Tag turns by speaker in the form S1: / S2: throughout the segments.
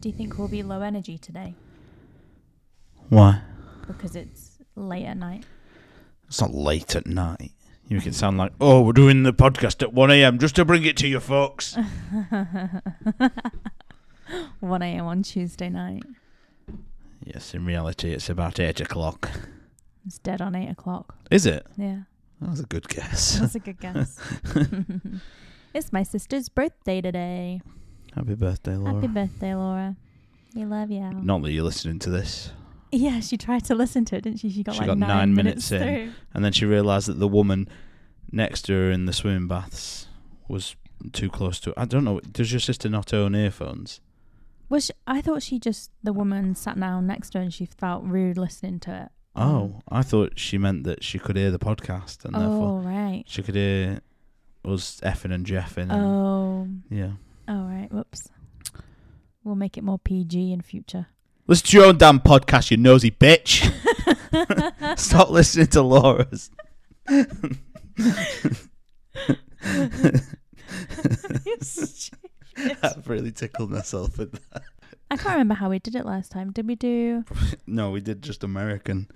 S1: Do you think we'll be low energy today
S2: Why?
S1: because it's late at night?
S2: It's not late at night. You make it sound like, oh, we're doing the podcast at 1 a.m. just to bring it to you folks.
S1: 1 a.m. on Tuesday night.
S2: yes, in reality, it's about 8 o'clock.
S1: It's dead on 8 o'clock.
S2: Is it?
S1: Yeah,
S2: That was a good guess.
S1: that's a good guess. it's my sister's birthday today.
S2: Happy birthday, Laura.
S1: Happy birthday, Laura. We love you.
S2: Not that you're listening to this.
S1: Yeah, she tried to listen to it, didn't she? She got
S2: She
S1: like
S2: got
S1: nine,
S2: nine
S1: minutes,
S2: minutes in.
S1: through.
S2: And then she realised that the woman next to her in the swimming baths was too close to. I don't know. Does your sister not own earphones?
S1: Well, she, I thought she just the woman sat down next to her and she felt rude listening to it.
S2: Oh, I thought she meant that she could hear the podcast and
S1: oh
S2: therefore
S1: right.
S2: she could hear us effing and jeffing. And,
S1: Oh,
S2: Yeah.
S1: all right. Whoops. We'll make it more PG in future.
S2: Listen to your own damn podcast, you nosy bitch. Stop listening to Laura's. I've really tickled myself with that.
S1: I can't remember how we did it last time. Did we do?
S2: No, we did just American.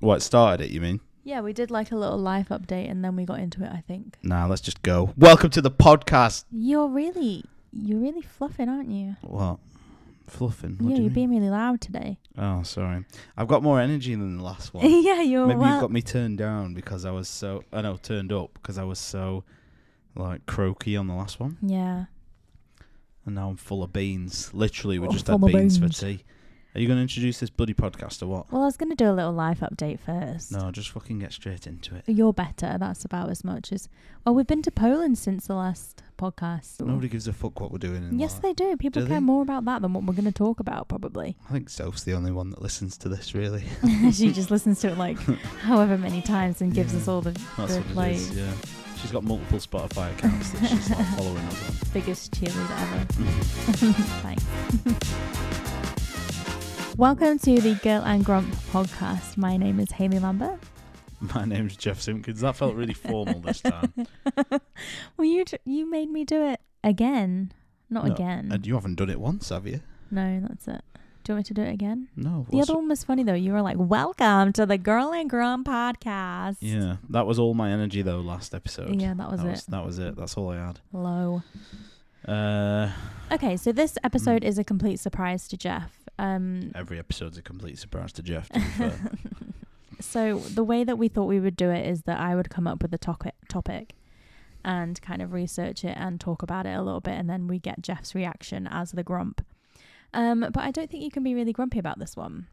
S2: What started it, you mean?
S1: Yeah, we did like a little life update, and then we got into it. I think
S2: Nah, let's just go. Welcome to the podcast.
S1: you're really, you're really fluffing, aren't you?
S2: What? Fluffing. What
S1: yeah,
S2: do
S1: you're
S2: you mean?
S1: being really loud today.
S2: Oh, sorry. I've got more energy than the last one.
S1: yeah, you're
S2: Maybe
S1: well.
S2: you got me turned down because I was so. I know, turned up because I was so, like, croaky on the last one.
S1: yeah,
S2: And now I'm full of beans. Literally, we
S1: Oh,
S2: just
S1: full
S2: had
S1: of
S2: beans,
S1: beans.
S2: for tea. Are you going to introduce this bloody podcast or what?
S1: well, I was gonna do a little life update first.
S2: No, just fucking get straight into it.
S1: You're better. That's about as much as. Well, we've been to Poland since the last podcast.
S2: Nobody gives a fuck what we're doing. In
S1: Yes,
S2: life.
S1: they do. People
S2: Do
S1: care
S2: they?
S1: more about that than what we're going to talk about, probably.
S2: I think Soph's the only one that listens to this, really.
S1: she just listens to it like however many times and gives
S2: Yeah.
S1: us all the,
S2: That's
S1: the
S2: what it is.
S1: like
S2: yeah. She's got multiple Spotify accounts that she's like following us on.
S1: biggest cheerleader ever. Thanks. Welcome to the Girl and Grump podcast. My name is Haley Lambert.
S2: My name's Jeff Simpkins. That felt really formal this time.
S1: well, you tr- you made me do it again. Not
S2: No,
S1: again.
S2: And you haven't done it once, have you?
S1: no, that's it. Do you want me to do it again?
S2: No.
S1: The
S2: what's-
S1: other one was funny though. You were like, "Welcome to the Girl and Grum podcast."
S2: Yeah, that was all my energy though last episode.
S1: Yeah, that was
S2: that
S1: it.
S2: Was, that was it. That's all I had.
S1: Low.
S2: Uh,
S1: Okay, so this episode
S2: Mm.
S1: is a complete surprise to Jeff. Um,
S2: every episode's a complete surprise to Jeff. To be fair.
S1: so the way that we thought we would do it is that I would come up with a topic, topic, and kind of research it and talk about it a little bit, and then we get Jeff's reaction as the grump. Um, but I don't think you can be really grumpy about this one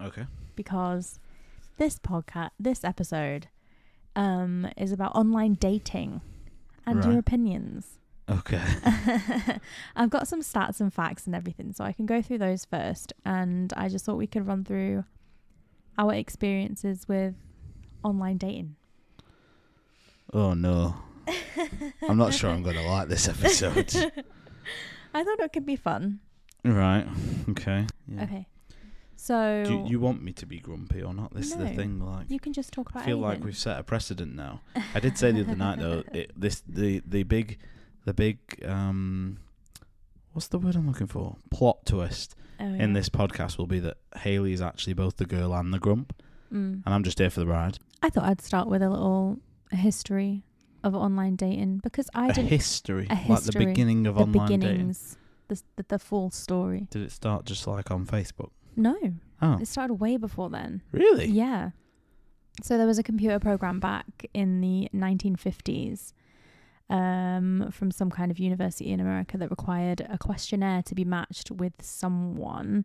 S2: okay.
S1: because this podcast, this episode, um, is about online dating and your
S2: Right.
S1: opinions.
S2: Okay.
S1: I've got some stats and facts and everything, so I can go through those first. And I just thought we could run through our experiences with online dating.
S2: Oh no. I'm not sure I'm gonna like this episode.
S1: I thought it could be fun.
S2: right. Okay. Yeah.
S1: Okay, so
S2: Do you, you want me to be grumpy or not? This is
S1: No.
S2: the thing. Like,
S1: you can just talk about.
S2: I feel like
S1: anything.
S2: we've set a precedent now. I did say the other night though, it, this the the big, the big um, what's the word I'm looking for? Plot twist
S1: Oh,
S2: in
S1: yeah.
S2: this podcast will be that Haley is actually both the girl and the grump,
S1: Mm.
S2: and I'm just here for the ride.
S1: I thought I'd start with a little history of online dating because I
S2: A
S1: didn't
S2: history,
S1: a
S2: like the
S1: history,
S2: beginning of
S1: the
S2: online dating.
S1: beginnings, the, the the full story.
S2: Did it start just like on Facebook?
S1: No,
S2: Oh,
S1: it started way before then.
S2: really?
S1: Yeah. So there was a computer program back in the 1950s um, from some kind of university in America that required a questionnaire to be matched with someone.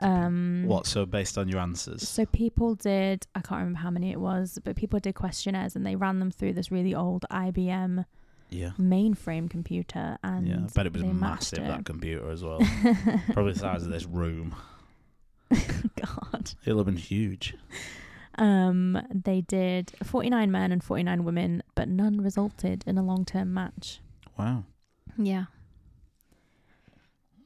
S1: Um,
S2: What? So based on your answers?
S1: So people did, I can't remember how many it was, but people did questionnaires and they ran them through this really old IBM
S2: yeah.
S1: mainframe computer. And
S2: Yeah, I bet it was
S1: they matched
S2: massive
S1: it.
S2: that computer as well. Probably the size of this room.
S1: God.
S2: It'll have been huge.
S1: Um, they did 49 men and 49 women, but none resulted in a long term match.
S2: Wow.
S1: Yeah.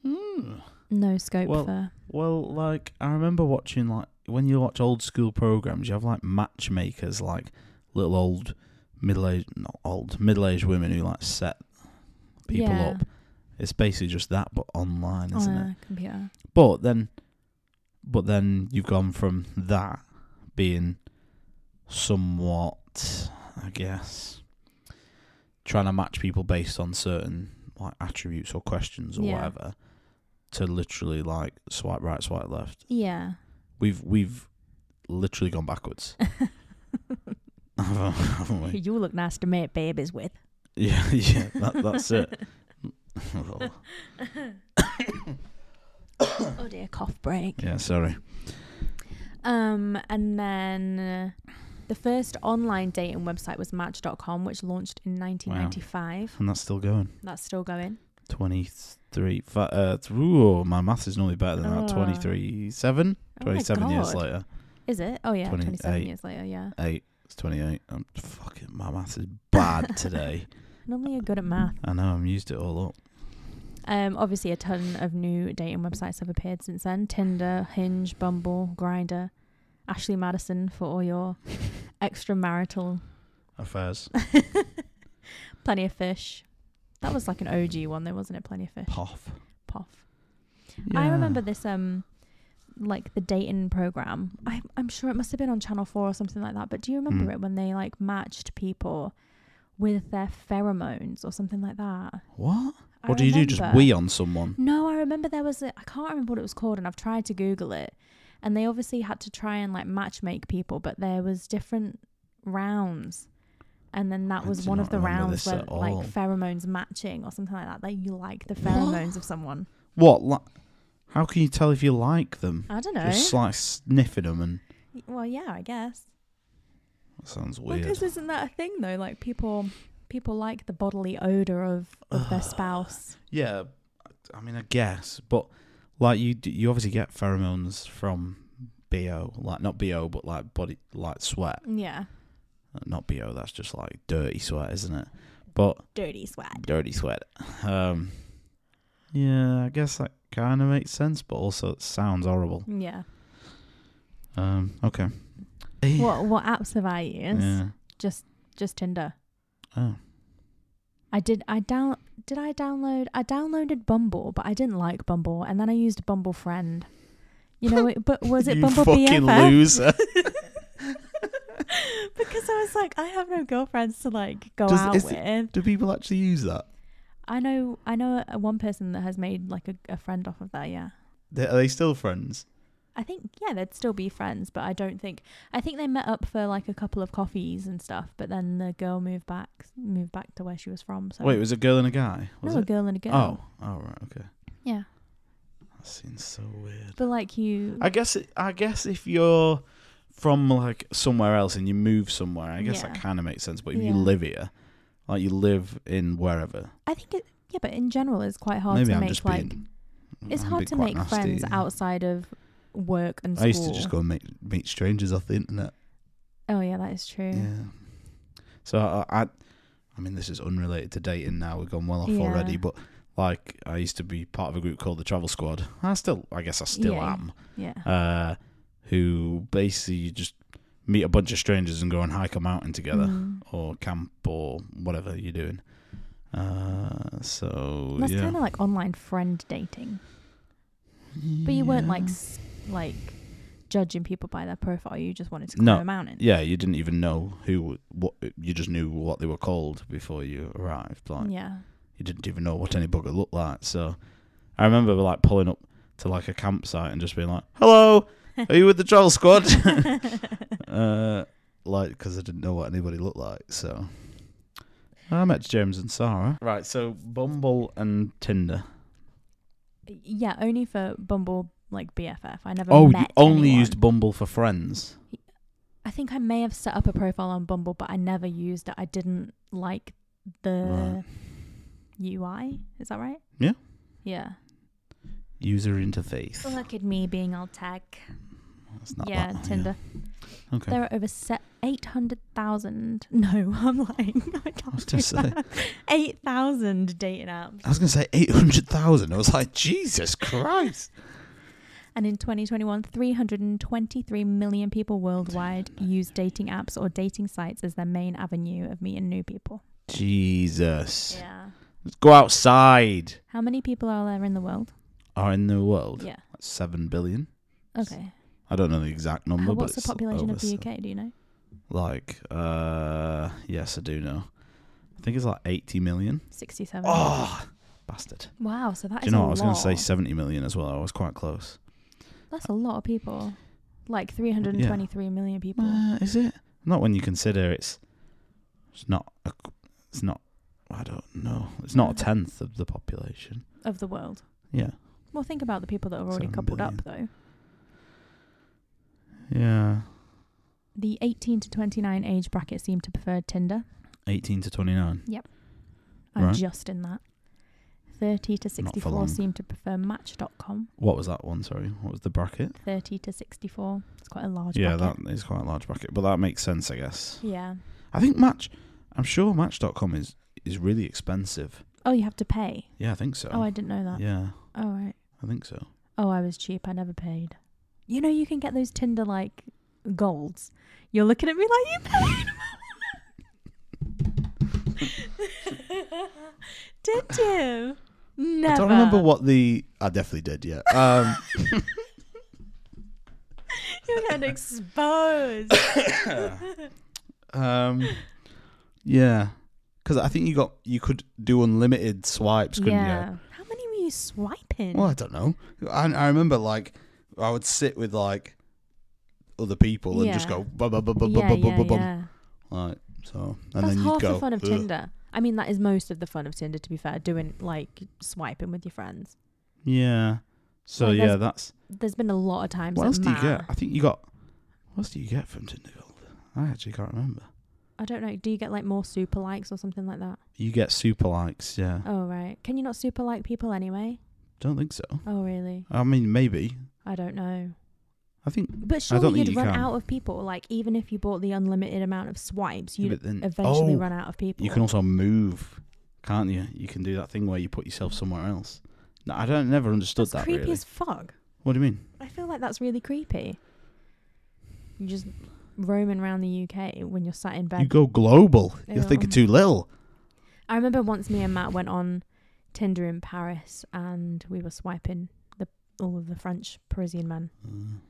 S2: Mm.
S1: No scope
S2: Well-
S1: for.
S2: Well, like I remember watching like when you watch old school programs, you have like matchmakers, like little old middle aged, not old middle aged women who like set people
S1: Yeah.
S2: up It's basically just that, but online,
S1: on
S2: isn't it?
S1: a computer.
S2: But then, but then you've gone from that being somewhat, I guess, trying to match people based on certain like attributes or questions or
S1: Yeah.
S2: whatever, to literally like swipe right, swipe left.
S1: Yeah.
S2: We've we've literally gone backwards, haven't we?
S1: you look nice to make babies with.
S2: Yeah, yeah, that, that's it. Oh,
S1: Oh dear, cough break.
S2: yeah, sorry.
S1: Um, and then uh, the first online dating website was Match.com, which launched in 1995.
S2: And that's still going.
S1: That's still going.
S2: 23 fi- uh th- ooh, my maths is normally better than that
S1: Oh.
S2: 23 7
S1: Oh my
S2: 27 years
S1: God.
S2: later
S1: Is it? Oh yeah, 27
S2: 28.
S1: years later. Yeah.
S2: 8 it's 28 i'm fucking my maths is bad today
S1: Normally you're good at math.
S2: i know i'm used it all up
S1: Um, obviously a ton of new dating websites have appeared since then: Tinder, Hinge, Bumble, Grinder, Ashley Madison for all your extramarital.
S2: affairs
S1: Plenty of fish. That was like an OG one, though, wasn't it? Plenty of fish.
S2: poff
S1: Poff. I
S2: Yeah.
S1: remember this um like the dating program. I I'm sure it must have been on Channel 4 or something like that, but do you remember
S2: Mm.
S1: it when they like matched people with their pheromones or something like that?
S2: what
S1: I
S2: what do you do just
S1: remember-
S2: wee on someone
S1: No, I remember there was a I can't remember what it was called and I've tried to google it. And they obviously had to try and like match make people, but there was different rounds. And then that
S2: I
S1: was
S2: do
S1: one
S2: not
S1: of the
S2: remember
S1: rounds
S2: this
S1: where
S2: at
S1: like
S2: all.
S1: pheromones matching or something like that. Like you like the
S2: What?
S1: pheromones of someone.
S2: what li- how can you tell if you like them
S1: I don't know.
S2: just like sniffing them and
S1: well, yeah, I guess.
S2: that sounds
S1: Well,
S2: weird
S1: because isn't that a thing though? Like people, people like the bodily odor of, of their
S2: Ugh.
S1: spouse.
S2: yeah i mean i guess but like you d- you obviously get pheromones from bo like not bo but like body like sweat
S1: Yeah,
S2: not bo that's just like dirty sweat isn't it but
S1: dirty sweat.
S2: dirty sweat um yeah i guess that kind of makes sense but also it sounds horrible
S1: Yeah.
S2: um okay Eh,
S1: What what apps have I used?
S2: yeah
S1: Just just Tinder.
S2: oh
S1: I did. I down. Did I download? I downloaded Bumble, but I didn't like Bumble, and then I used Bumble Friend. You know, it- but was it
S2: you
S1: Bumble
S2: fucking
S1: BFF?
S2: loser
S1: Because I was like, I have no girlfriends to like go
S2: Does-
S1: out
S2: is
S1: with.
S2: it- do people actually use that
S1: I know. I know a, one person that has made like a, a friend off of that. Yeah.
S2: They- are they still friends
S1: I think yeah, they'd still be friends, but I don't think I think they met up for like a couple of coffees and stuff, but then the girl moved back moved back to where she was from. So
S2: wait it was a girl and a guy was
S1: no, a
S2: it
S1: girl and a girl.
S2: oh oh right okay
S1: Yeah.
S2: that seems so weird
S1: But like you
S2: I guess it, I guess if you're from like somewhere else and you move somewhere, I guess that
S1: Yeah.
S2: kind of makes sense. But if
S1: Yeah.
S2: you live here, like you live in wherever,
S1: I think it yeah, but in general it's quite hard
S2: maybe
S1: to
S2: I'm
S1: make
S2: just
S1: like
S2: being.
S1: it's
S2: I'm
S1: hard
S2: being
S1: to
S2: quite
S1: make
S2: nasty.
S1: friends outside of work and school.
S2: I used to just go and meet meet strangers off the internet.
S1: Oh yeah, that is true.
S2: Yeah. So I, I, I mean, this is unrelated to dating. Now we've gone well off
S1: Yeah.
S2: already, but like I used to be part of a group called the Travel Squad. I still, I guess, I still
S1: Yeah.
S2: am.
S1: Yeah.
S2: Uh, who basically you just meet a bunch of strangers and go and hike a mountain together.
S1: Mm.
S2: or camp or whatever you're doing. Uh, so
S1: That's
S2: yeah,
S1: kind of like online friend dating. But you weren't like s- like judging people by their profile. You just wanted to climb
S2: No.
S1: a mountain.
S2: yeah, you didn't even know who what you just knew what they were called before you arrived. Like
S1: Yeah.
S2: you didn't even know what any bugger looked like. So I remember like pulling up to like a campsite and just being like, "Hello, are you with the troll squad?" uh, like because I didn't know what anybody looked like. So I met James and Sarah. Right, so Bumble and Tinder.
S1: Yeah, only for Bumble like BFF. I never.
S2: Oh, you
S1: met
S2: only
S1: anyone.
S2: used Bumble for friends.
S1: I think I may have set up a profile on Bumble, but I never used it. I didn't like the UI. Is that right?
S2: Yeah.
S1: Yeah.
S2: User interface.
S1: Look at me being all tech.
S2: It's not
S1: yeah,
S2: that one,
S1: Tinder.
S2: Okay.
S1: There are over se- 800,000. No, I'm lying. I can't
S2: was
S1: do
S2: gonna say.
S1: that. 8,000 dating apps.
S2: I was gonna say eight hundred thousand. I was like, Jesus Christ.
S1: And in 2021, 323 million people worldwide use dating apps or dating sites as their main avenue of meeting new people.
S2: Jesus.
S1: Yeah.
S2: Go outside.
S1: How many people are there in the world?
S2: Are in the world
S1: Yeah.
S2: like seven billion.
S1: Okay.
S2: I don't know the exact
S1: How-
S2: number,
S1: what's
S2: but
S1: the
S2: it's
S1: population
S2: over
S1: of the
S2: se-
S1: UK? Do you know?
S2: Like, uh, yes, I do know. I think it's like eighty million.
S1: Sixty-seven.
S2: Oh, bastard.
S1: Wow. So that is
S2: Do you know
S1: a
S2: what? I was going to say
S1: lot.
S2: 70 million as well. I was quite close.
S1: That's a lot of people. Like three hundred and twenty-three million people.
S2: Uh, is it? Not when you consider it's it's not a, it's not I don't know. It's not a
S1: Uh-huh.
S2: tenth of the population.
S1: of the world.
S2: Yeah.
S1: Well, think about the people that are already
S2: Seven
S1: coupled up, though.
S2: Yeah.
S1: The 18 to 29 age bracket seem to prefer Tinder.
S2: 18 to 29.
S1: I'm
S2: Right.
S1: just in that. 30 to
S2: Not for
S1: 64
S2: long.
S1: seem to prefer Match.com.
S2: What was that one? Sorry. What was the bracket?
S1: 30 to 64. It's quite a large
S2: yeah,
S1: bracket.
S2: that is quite a large bracket, but that makes sense, I guess.
S1: Yeah.
S2: I think Match I'm sure match.com is is really expensive.
S1: Oh, you have to pay.
S2: Yeah, I think so.
S1: Oh, I didn't know that.
S2: Um, yeah,
S1: Oh, right.
S2: I think so.
S1: Oh, I was cheap. I never paid. You know, you can get those Tinder like golds. You're looking at me like you paid. Did you? Never.
S2: I don't remember what the I definitely did, yeah. Um
S1: You're getting exposed.
S2: Um, yeah, because I think you got you could do unlimited swipes, couldn't
S1: yeah. How many were you swiping?
S2: you? Well, I don't know. I I remember like I would sit with like other people and just
S1: Yeah.
S2: go bum bum bum bum
S1: yeah,
S2: bum bum
S1: yeah,
S2: bum bum
S1: yeah.
S2: like so, and
S1: That's
S2: then you'd
S1: half
S2: go.
S1: the fun of
S2: "Ugh."
S1: Tinder. I mean, that is most of the fun of Tinder, to be fair, doing like swiping with your friends.
S2: Yeah. So
S1: Like,
S2: yeah,
S1: there's
S2: that's
S1: There's been a lot of times.
S2: what
S1: that
S2: else do you get?
S1: man-
S2: I think you got what else do you get from Tinder Gold? I actually can't remember.
S1: I don't know. Do you get like more super likes or something like that?
S2: You get super likes, yeah.
S1: Oh right. Can you not super like people anyway?
S2: Don't think so.
S1: Oh really?
S2: I mean, maybe.
S1: I don't know.
S2: I think.
S1: But
S2: I don't
S1: surely
S2: think
S1: you'd
S2: you
S1: run
S2: can.
S1: out of people. Like even if you bought the unlimited amount of swipes,
S2: yeah,
S1: you'd
S2: but then,
S1: eventually
S2: oh,
S1: run out of people.
S2: You can also move, can't you? You can do that thing where you put yourself somewhere else. No, I don't never understood
S1: that's
S2: that
S1: creepy
S2: really.
S1: as fuck.
S2: What do you mean?
S1: I feel like that's really creepy. You just roaming around the UK when you're sat in bed.
S2: You go global. You're
S1: Yeah.
S2: thinking too little.
S1: I remember once me and Matt went on Tinder in Paris and we were swiping the all of the French Parisian men.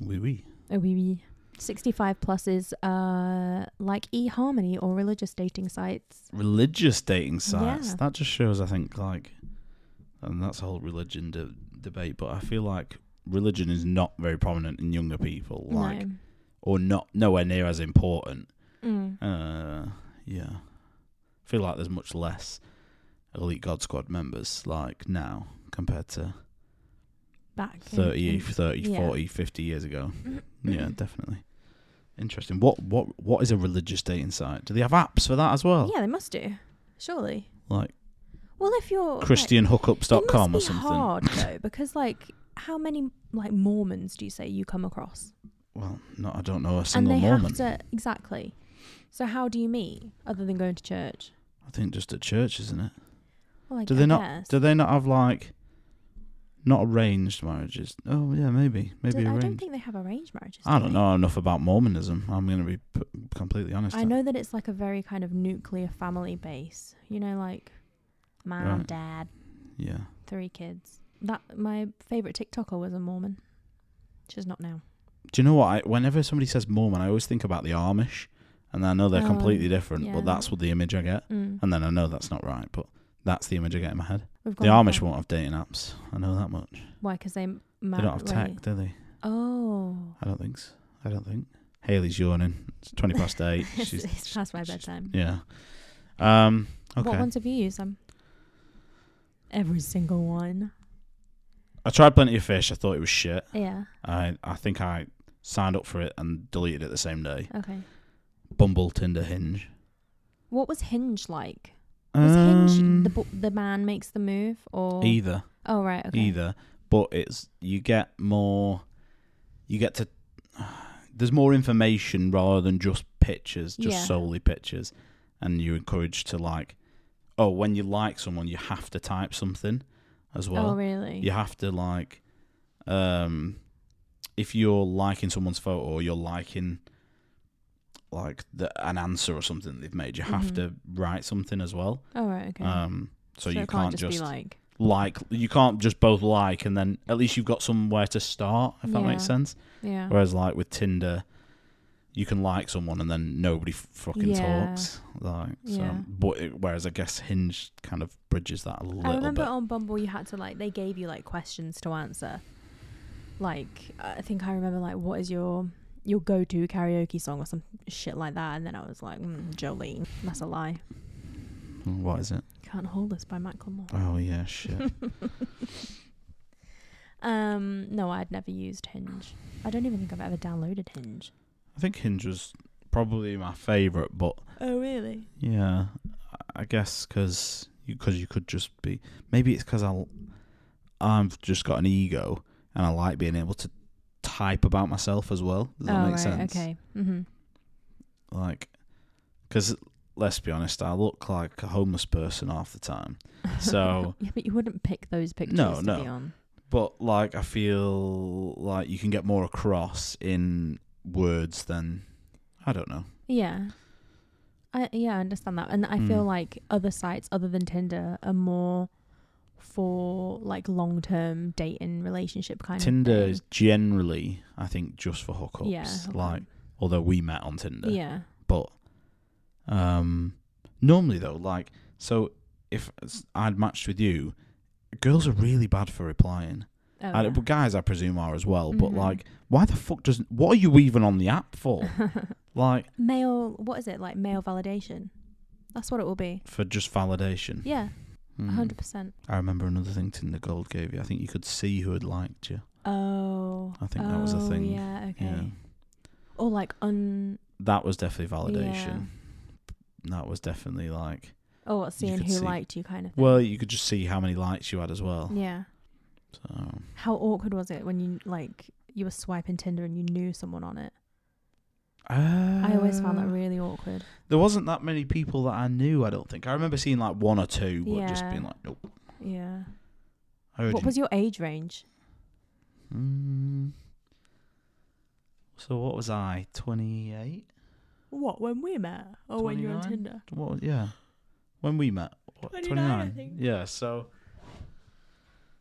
S2: Wee wee.
S1: Oh, wee wee. 65 plus is uh, like eHarmony or religious dating sites.
S2: Religious dating sites.
S1: Yeah.
S2: That just shows, I think, like, and that's a whole religion de- debate. But I feel like religion is not very prominent in younger people, like, or not nowhere near as important.
S1: no. Mm.
S2: Uh, yeah, I feel like there's much less elite God Squad members like now compared to
S1: Back. in-
S2: 30,
S1: in-
S2: 30
S1: yeah.
S2: 40, 50 years ago. Yeah, definitely. Interesting. What what what is a religious dating site? Do they have apps for that as well?
S1: Yeah, they must do. Surely.
S2: Like
S1: Well, if you're. like, it must
S2: christianhookups.com
S1: be
S2: or something.
S1: hard, though, because, like, how many, like, Mormons do you say you come across?
S2: Well, no, I don't know a single
S1: and they
S2: Mormon.
S1: have to. Exactly. So, how do you meet other than going to church?
S2: I think just at church, isn't it?
S1: Well, I
S2: Do
S1: gu-
S2: they
S1: I
S2: not-
S1: guess.
S2: Do they not have like not arranged marriages? Oh yeah, maybe
S1: Do-
S2: maybe
S1: I don't
S2: arranged.
S1: think they have arranged marriages.
S2: I
S1: do
S2: don't
S1: they?
S2: know enough about Mormonism. I'm going to be p- completely honest.
S1: I know that it's like a very kind of nuclear family base. You know, like mom,
S2: Right.
S1: dad,
S2: Yeah.
S1: three kids. That my favorite TikToker was a Mormon. She's not now.
S2: Do you know what? I, whenever somebody says Mormon, I always think about the Amish, and I know they're
S1: Oh,
S2: completely different,
S1: yeah.
S2: but that's what the image I get.
S1: Mm.
S2: And then I know that's not right, but that's the image I get in my head.
S1: We've
S2: The
S1: gone
S2: Amish
S1: far.
S2: won't have dating apps. I know that much.
S1: Why? Because they, ma-
S2: They don't have
S1: like-
S2: tech, do they?
S1: Oh,
S2: I don't think. So. I don't think. Haley's yawning. It's twenty past eight.
S1: it's,
S2: She's
S1: it's past my
S2: she's-
S1: bedtime.
S2: yeah. Um.
S1: What
S2: Okay.
S1: ones have you used? Um, every single one.
S2: I tried plenty of fish. I thought it was shit.
S1: Yeah.
S2: I I think I signed up for it and deleted it the same day.
S1: Okay.
S2: Bumble, Tinder, Hinge.
S1: What was Hinge like? Was
S2: Um,
S1: Hinge the bo- the man makes the move or?
S2: either.
S1: oh right. Okay.
S2: either, but it's you get more, you get to. There's more information rather than just pictures, just
S1: Yeah.
S2: solely pictures, and you're encouraged to like. Oh, when you like someone, you have to type something, as well.
S1: oh really?
S2: You have to like, um, if you're liking someone's photo or you're liking, like the an answer or something they've made, you have
S1: Mhm.
S2: to write something as well.
S1: All Oh, right. Okay.
S2: Um, So,
S1: it
S2: you can't,
S1: be
S2: just
S1: like
S2: like you can't just both like and then at least you've got somewhere to start if that
S1: Yeah.
S2: makes sense.
S1: yeah.
S2: Whereas like with Tinder, you can like someone and then nobody f- fucking
S1: Yeah.
S2: talks. Like, so,
S1: Yeah.
S2: but it- whereas I guess Hinge kind of bridges that a little
S1: I remember
S2: bit.
S1: on Bumble you had to like they gave you like questions to answer. Like I think I remember like what is your your go to karaoke song or some shit like that, and then I was like mm, Jolene. That's a lie.
S2: what is it?
S1: Can't hold us by Macklemore.
S2: Oh yeah, shit.
S1: Um, no, I'd never used Hinge. I don't even think I've ever downloaded Hinge.
S2: I think Hinge was probably my favorite, but
S1: Oh really?
S2: yeah, I- I guess because you, cause you could just be. Maybe it's because I, I've just got an ego and I like being able to type about myself as well. Does that
S1: oh
S2: make
S1: right,
S2: sense?
S1: okay. Mm-hmm.
S2: like because let's be honest i look like a homeless person half the time So-
S1: yeah, but you wouldn't pick those pictures
S2: No,
S1: to
S2: no.
S1: be on.
S2: but like i feel like you can get more across in words than i don't know
S1: Yeah. I yeah, I understand that. And I feel
S2: Mm.
S1: like other sites other than Tinder are more for like long term dating relationship kind of
S2: tinder
S1: thing.
S2: is generally i think just for hookups
S1: Yeah, hookup.
S2: like although we met on tinder
S1: Yeah.
S2: but um normally though like so if i'd matched with you girls are really bad for replying
S1: Oh,
S2: I,
S1: yeah.
S2: well, guys, I presume are as well. But
S1: Mhm.
S2: like, why the fuck doesn't? What are you even on the app for? like,
S1: male what is it? Like male validation. That's what it will be.
S2: for just validation?
S1: Yeah,
S2: Hmm.
S1: hundred percent.
S2: I remember another thing Tinder Gold gave you. I think you could see who had liked you.
S1: Oh.
S2: I think that was a
S1: oh,
S2: thing.
S1: Yeah, okay.
S2: Yeah,
S1: Or like un
S2: that was definitely validation. That was definitely like,
S1: oh what, seeing
S2: could
S1: who
S2: see.
S1: liked you kind of thing.
S2: well, you could just see how many likes you had as well.
S1: yeah.
S2: So
S1: How awkward was it when you like you were swiping Tinder and you knew someone on it? I always found that
S2: Uh,
S1: really awkward.
S2: there wasn't that many people that I knew. I don't think I remember seeing like one or two, but just
S1: Yeah.
S2: being like, nope.
S1: Yeah.
S2: I heard
S1: What
S2: you.
S1: was your age range?
S2: Mm. So what was I? Twenty eight.
S1: What, when we met? Or
S2: when you were on 29?
S1: Tinder?
S2: What? was- Yeah. When we met. What?
S1: 29, I think.
S2: Yeah. So.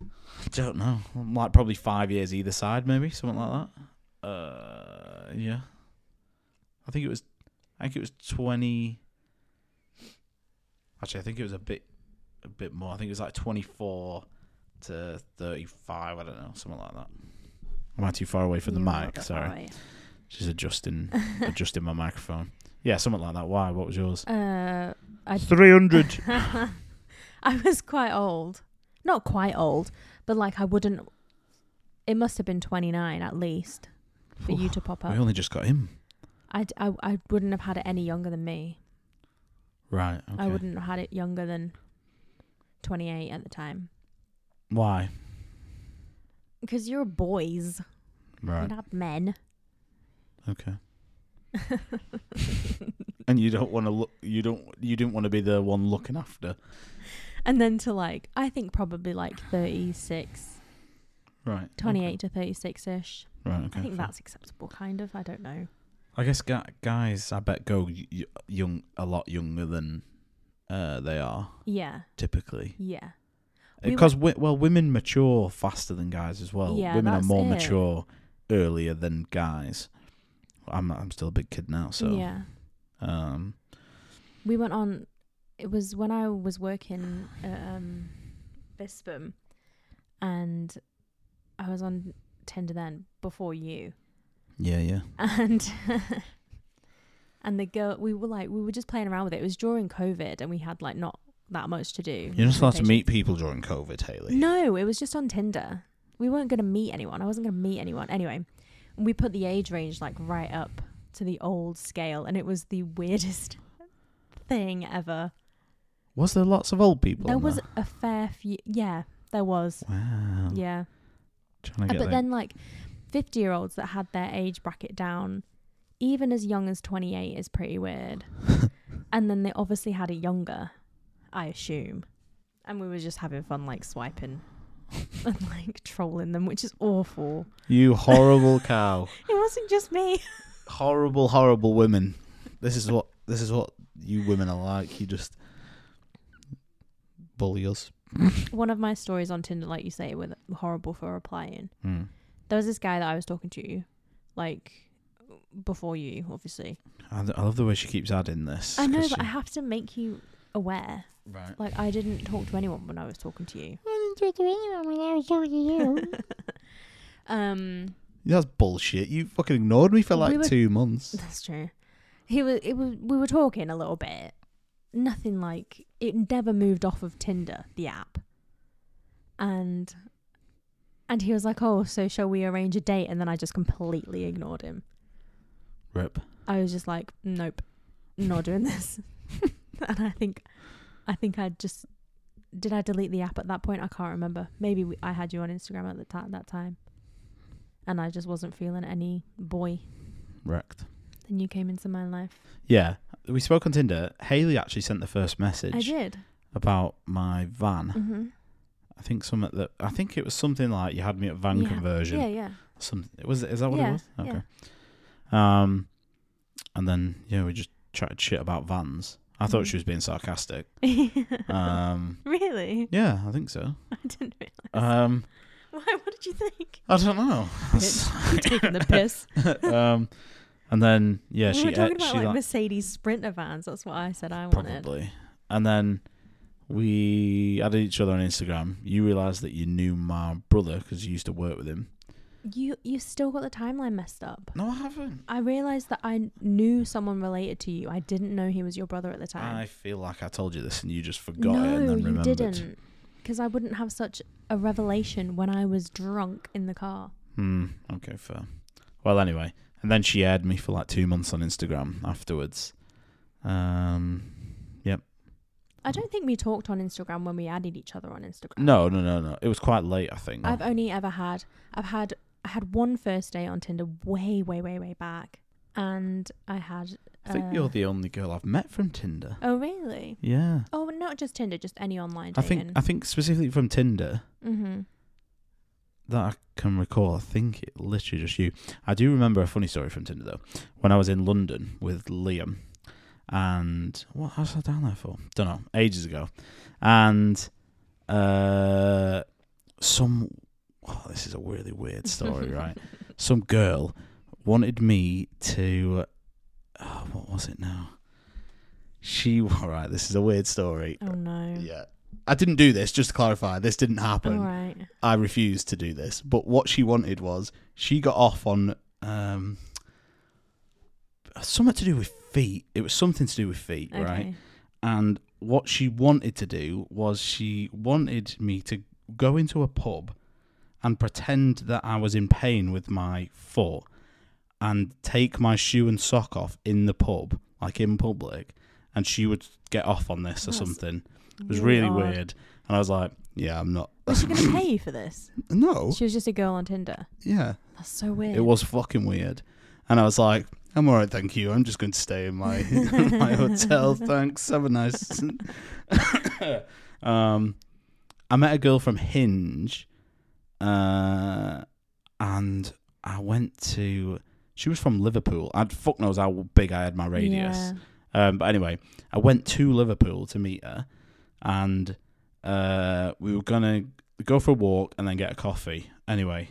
S2: I don't know. I'm Like probably five years either side, maybe something like that. Uh, yeah. I think it was. I think it was twenty. Actually, I think it was a bit, a bit more. I think it was like twenty four to thirty five. I don't know, something like that. Am I too far away from the mic? Sorry. She's adjusting adjusting my microphone. Yeah, something like that. Why? What was yours?
S1: Uh, I-
S2: Three hundred.
S1: I was quite old. Not quite old, but like I wouldn't. It must have been 29 at least for you to pop
S2: We
S1: up.
S2: only just got him.
S1: I'd, I, I wouldn't have had it any younger than me.
S2: Right. Okay.
S1: I wouldn't have had it younger than 28 at the time.
S2: Why?
S1: Because you're boys, you're
S2: Right.
S1: not men.
S2: Okay. And you don't want to look. You don't. You didn't want to be the one looking after.
S1: and then to like, I think probably like 36,
S2: Right.
S1: 28 to 36 ish.
S2: Okay. Right. Okay.
S1: I think
S2: fair.
S1: that's acceptable, kind of. I don't know.
S2: I guess ga- guys, I bet go y- y- young a lot younger than uh, they are
S1: Yeah,
S2: typically.
S1: yeah, We were-
S2: Because we well, women mature faster than guys as well.
S1: Yeah,
S2: women are
S1: that's
S2: more
S1: it.
S2: mature earlier than guys. I'm I'm still a big kid now, so
S1: yeah.
S2: um,
S1: We went on. It was when I was working at um, Bispum, and I was on Tinder then before you,
S2: yeah, yeah.
S1: and and the girl we were like we were just playing around with it. It was during COVID, and we had like not that much to do.
S2: You're not allowed to
S1: Limitations.
S2: meet people during COVID, Haley.
S1: No, it was just on Tinder. We weren't going to meet anyone. I wasn't going to meet anyone. Anyway, we put the age range like right up to the old scale, and it was the weirdest thing ever.
S2: Was there lots of old people?
S1: there
S2: on
S1: was a fair few. Yeah, there was.
S2: Wow.
S1: Yeah. Uh,
S2: Trying
S1: But
S2: to get there.
S1: then, like, 50 year olds that had their age bracket down, even as young as 28, is pretty weird. and then they obviously had it younger, I assume. And we were just having fun, like, swiping and, like, trolling them, which is awful.
S2: you horrible cow.
S1: It wasn't just me.
S2: Horrible, horrible women. This is what this is what you women are like. You just bully us.
S1: One of my stories on Tinder, like you say, were horrible for replying.
S2: Mm.
S1: There was this guy that I was talking to, like before you, obviously.
S2: I, I love the way she keeps adding this.
S1: I know,
S2: 'cause
S1: but I
S2: she-
S1: have to make you aware.
S2: Right.
S1: Like I didn't talk to anyone when I was talking to you.
S2: I didn't talk to anyone when I was talking to you.
S1: Um,
S2: That's bullshit. You fucking ignored me for
S1: We
S2: like
S1: were-
S2: two months.
S1: that's true. He was. It was. We were talking a little bit. Nothing like it. Never moved off of Tinder, the app. And and he was like, "Oh, so shall we arrange a date?" And then I just completely ignored him.
S2: Rip.
S1: I was just like, nope, not doing this. and I think, I think I just did. I delete the app at that point. I can't remember. Maybe we, I had you on Instagram at the ti- that time, and I just wasn't feeling any boy.
S2: Wrecked.
S1: Then you came into my life.
S2: Yeah. We spoke on Tinder. Haley actually sent the first message
S1: I did.
S2: about my van.
S1: Mm-hmm.
S2: I think some of the, I think it was something like you had me at van
S1: Yeah.
S2: conversion.
S1: Yeah, yeah.
S2: Some was it- is that what it
S1: Yeah,
S2: was?
S1: yeah.
S2: Okay. Um, and then yeah, we just chatted shit about vans. I
S1: Mm-hmm.
S2: thought she was being sarcastic. Um,
S1: really?
S2: yeah, I think so.
S1: I didn't realize.
S2: Um,
S1: Why? What did you think?
S2: I don't know.
S1: Bitch, You're taking the piss.
S2: um, and then yeah,
S1: we
S2: she
S1: were talking
S2: uh,
S1: about
S2: she
S1: like,
S2: like-
S1: Mercedes Sprinter vans. That's what I said I wanted.
S2: probably. And then we added each other on Instagram. You realised that you knew my brother because you used to work with him.
S1: You you still got the timeline messed up.
S2: No, I haven't.
S1: I realized that I knew someone related to you. I didn't know he was your brother at the time.
S2: I feel like I told you this and you just forgot
S1: no,
S2: it and then
S1: you
S2: remembered.
S1: didn't, because I wouldn't have such a revelation when I was drunk in the car.
S2: Hmm. Okay, fair. Well, anyway, and then she aired me for like two months on Instagram afterwards. Um. Yep.
S1: I don't think we talked on Instagram when we added each other on Instagram.
S2: No, no, no, no. It was quite late, I think.
S1: I've only ever had I've had I had one first day on Tinder way way way way back, and I had.
S2: I think
S1: uh,
S2: you're the only girl I've met from Tinder.
S1: Oh really?
S2: Yeah.
S1: Oh, not just Tinder, just any online
S2: I
S1: dating.
S2: think I think specifically from Tinder
S1: mm-hmm.
S2: that I can recall. I think it literally just you. I do remember a funny story from Tinder though. When I was in London with Liam, and what was I down there for? Don't know. Ages ago, and uh, some. Oh, this is a really weird story, right? Some girl wanted me to. Oh, what was it now? She. All right, this is a weird story.
S1: Oh no.
S2: Yeah. I didn't do this, just to clarify. This didn't
S1: All
S2: happen.
S1: right.
S2: I refused to do this. But what she wanted was she got off on um something to do with feet. It was something to do with feet,
S1: Okay.
S2: right? And what she wanted to do was she wanted me to go into a pub and pretend that I was in pain with my foot and take my shoe and sock off in the pub, like in public, and she would get off on this or
S1: That's
S2: something. It was really
S1: odd.
S2: weird. And I was like, yeah, I'm not.
S1: Was she gonna pay you for this?
S2: no.
S1: She was just a girl on Tinder.
S2: Yeah.
S1: That's so weird.
S2: It was fucking weird. And I was like, I'm all right, thank you. I'm just going to stay in my my hotel. Thanks. Have a nice. um, I met a girl from Hinge, uh, and I went to. She was from Liverpool. I'd fuck knows how big I had my radius.
S1: Yeah.
S2: Um, but anyway, I went to Liverpool to meet her, and uh, we were gonna go for a walk and then get a coffee. Anyway,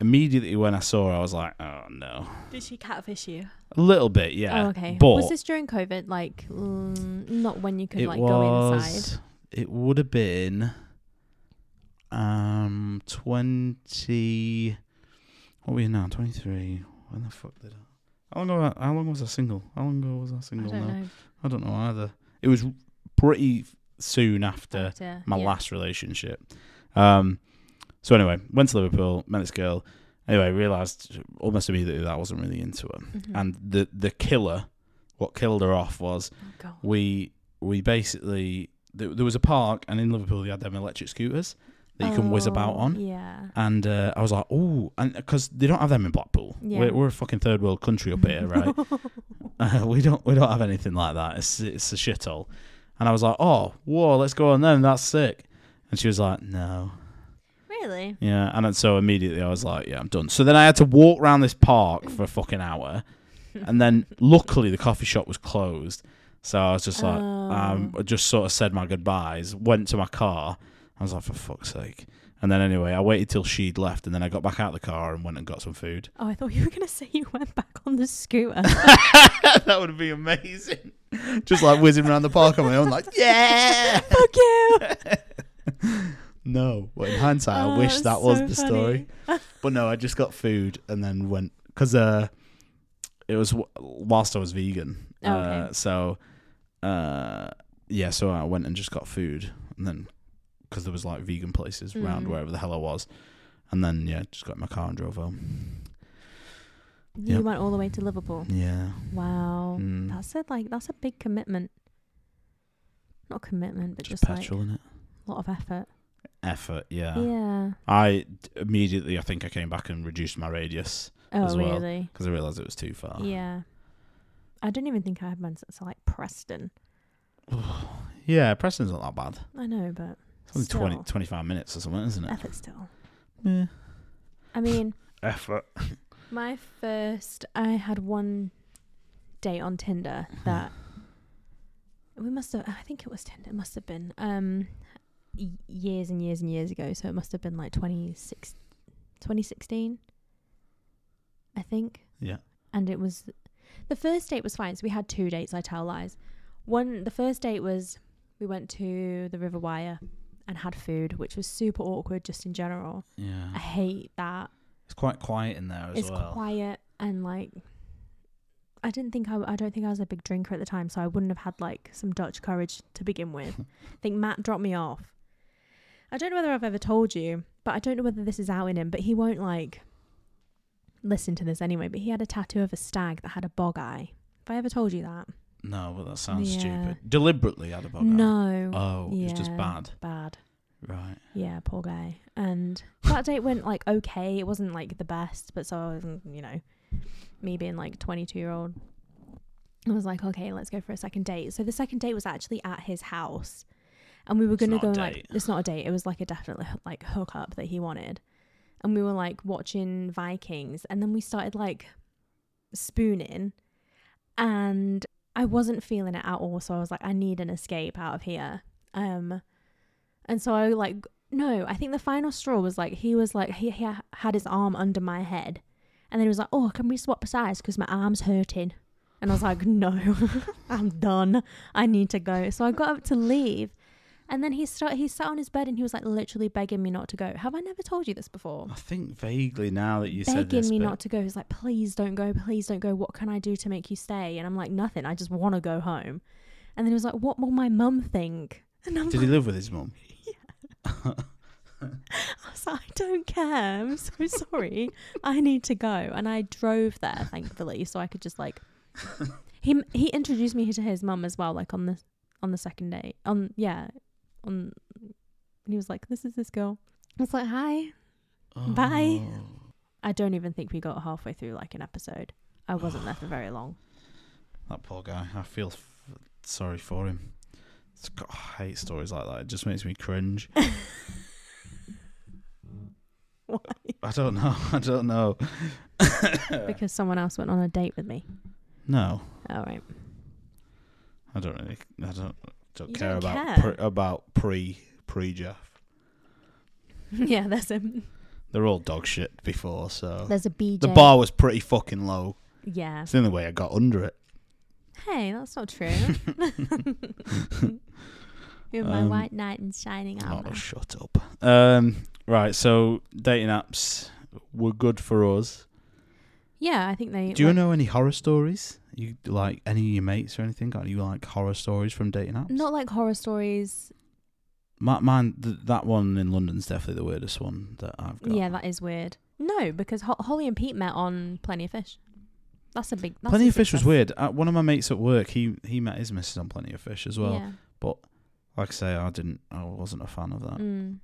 S2: immediately when I saw her, I was like, "Oh no!"
S1: Did she catfish you?
S2: A little bit, yeah.
S1: oh, okay.
S2: But
S1: was this during COVID? Like, mm, not when you could
S2: it
S1: like go inside.
S2: was. It would have been um twenty. What were we now? Twenty three. When the fuck did I? How long, ago, how long was I single? How long ago was I
S1: I
S2: single
S1: don't
S2: now?
S1: know.
S2: I don't know either. It was pretty soon after
S1: After,
S2: my
S1: yeah.
S2: last relationship. Um, so anyway, went to Liverpool, met this girl. Anyway, realised almost immediately that I wasn't really into her.
S1: Mhm.
S2: And the the killer, what killed her off was
S1: Oh, God.
S2: we we basically there, there was a park, and in Liverpool they had them electric scooters that you can whiz about
S1: Oh,
S2: on.
S1: Yeah.
S2: And uh, I was like, oh, and because they don't have them in Blackpool.
S1: Yeah.
S2: We're, we're a fucking third world country up here, right? Uh, we don't we don't have anything like that. It's it's a shithole. And I was like, oh, whoa, let's go on then. That's sick. And she was like, no,
S1: really?
S2: yeah. And then- so immediately I was like, yeah, I'm done. So then I had to walk around this park for a fucking hour, and then luckily the coffee shop was closed. So I was just like,
S1: Oh.
S2: um, I just sort of said my goodbyes, went to my car. I was like, for fuck's sake. And then anyway, I waited till she'd left, and then I got back out of the car and went and got some food.
S1: Oh, I thought you were going to say you went back on the scooter.
S2: that would be amazing. Just like whizzing around the park on my own, like yeah.
S1: Fuck you.
S2: No, but in hindsight, I
S1: Oh,
S2: wish that
S1: that's
S2: was
S1: so
S2: the
S1: funny.
S2: story. But no, I just got food and then went because uh, it was wh- whilst I was vegan.
S1: Oh, okay.
S2: Uh, so uh, yeah, so I went and just got food and then because there was like vegan places around
S1: Mm.
S2: wherever the hell I was, and then yeah, just got in my car and drove home.
S1: You
S2: Yep.
S1: went all the way to Liverpool.
S2: Yeah,
S1: Wow.
S2: Mm.
S1: That's a, like that's a big commitment. Not commitment, but
S2: just,
S1: just, like
S2: petrol in it.
S1: a lot of effort.
S2: Effort, yeah.
S1: yeah.
S2: I d- immediately, I think I came back and reduced my radius
S1: Oh,
S2: as well.
S1: really?
S2: because I realised it was too far.
S1: Yeah. I don't even think I had mine since like Preston.
S2: Yeah, Preston's not that bad.
S1: I know, but
S2: It's only 20,
S1: Still.
S2: 25 minutes or something, isn't it?
S1: effort still.
S2: Yeah.
S1: I mean,
S2: Effort.
S1: my first, I had one date on Tinder that we must have. I think it was Tinder. It must have been um y- years and years and years ago. So it must have been like 26 2016, I think.
S2: Yeah.
S1: And it was the first date was fine. So we had two dates. I tell lies. One, the first date was we went to the River Wire and had food, which was super awkward just in general. I
S2: Yeah.
S1: hate that
S2: It's quite quiet in there as
S1: it's
S2: well.
S1: quiet and like I didn't think I, I don't think I was a big drinker at the time, so I wouldn't have had like some Dutch courage to begin with. I think Matt dropped me off. I don't know whether I've ever told you, but I don't know whether this is out in him, but he won't like listen to this anyway. But he had a tattoo of a stag that had a bog eye. Have I ever told you that?
S2: No, but that sounds
S1: Yeah.
S2: stupid. Deliberately had a bug
S1: no.
S2: Oh, it's just
S1: Yeah.
S2: bad.
S1: Bad.
S2: Right.
S1: Yeah, poor guy. And that date went like okay. It wasn't like the best, but so I was, mm, you know, me being like 22 year old, I was like, okay, let's go for a second date. So the second date was actually at his house, and we were
S2: It's
S1: gonna
S2: not
S1: go
S2: a
S1: like
S2: date.
S1: it's not a date. It was like a definite like hookup that he wanted, and we were like watching Vikings, and then we started like spooning, and I wasn't feeling it at all. So I was like, I need an escape out of here. Um, and so I like no, I think the final straw was like he was like he, he had his arm under my head, and then he was like, "Oh, can we swap sides? Because my arm's hurting." And I was like, "No, I'm done. I need to go." So I got up to leave, and then he start he sat on his bed and he was like literally begging me not to go. Have I never told you this before?
S2: I think vaguely now that you said
S1: Oh. begging
S2: this.
S1: me
S2: but-
S1: not to go. He's like, please don't go, please don't go. What can I do to make you stay? And I'm like, nothing. I just want to go home. And then he was like, what will my mum think? And I'm
S2: Did he live with his mum?
S1: I was like, I don't care. I'm so sorry. I need to go. And I drove there, thankfully, so I could just like. He he introduced me to his mum as well, like on the on the second date. On yeah, on. And he was like, "This is this girl." I was like, "Hi." Bye.
S2: Oh,
S1: I don't even think we got halfway through like an episode. I wasn't there for very long.
S2: That poor guy. I feel f- sorry for him. It's got, I hate stories like that. It just makes me cringe.
S1: Why?
S2: I don't know. I don't know.
S1: Because someone else went on a date with me.
S2: No.
S1: All right.
S2: I don't really. I don't don't
S1: You
S2: care
S1: don't
S2: about
S1: care.
S2: Pre, about pre pre Jeff.
S1: yeah, there's a
S2: They're all dog shit before, so
S1: there's a BJ.
S2: Oh. the bar was pretty fucking low.
S1: Yeah.
S2: It's the only way I got under it.
S1: Hey, that's not true. You're my
S2: Um,
S1: white knight in shining armor.
S2: Oh, shut up. Um, right. So dating apps were good for us.
S1: Yeah, I think they.
S2: Do you know any horror stories? You like any of your mates or anything? Got any like horror stories from dating apps?
S1: Not like horror stories.
S2: My, mine. Th- that one in London's definitely the weirdest one that I've got.
S1: Yeah, that is weird. No, because Ho- Holly and Pete met on Plenty of Fish. That's a big. That's
S2: Plenty
S1: a
S2: of Fish was
S1: success.
S2: weird. Uh, one of my mates at work, he he met his missus on Plenty of Fish as well.
S1: Yeah.
S2: But like I say, I didn't. I wasn't a fan of that.
S1: Mm.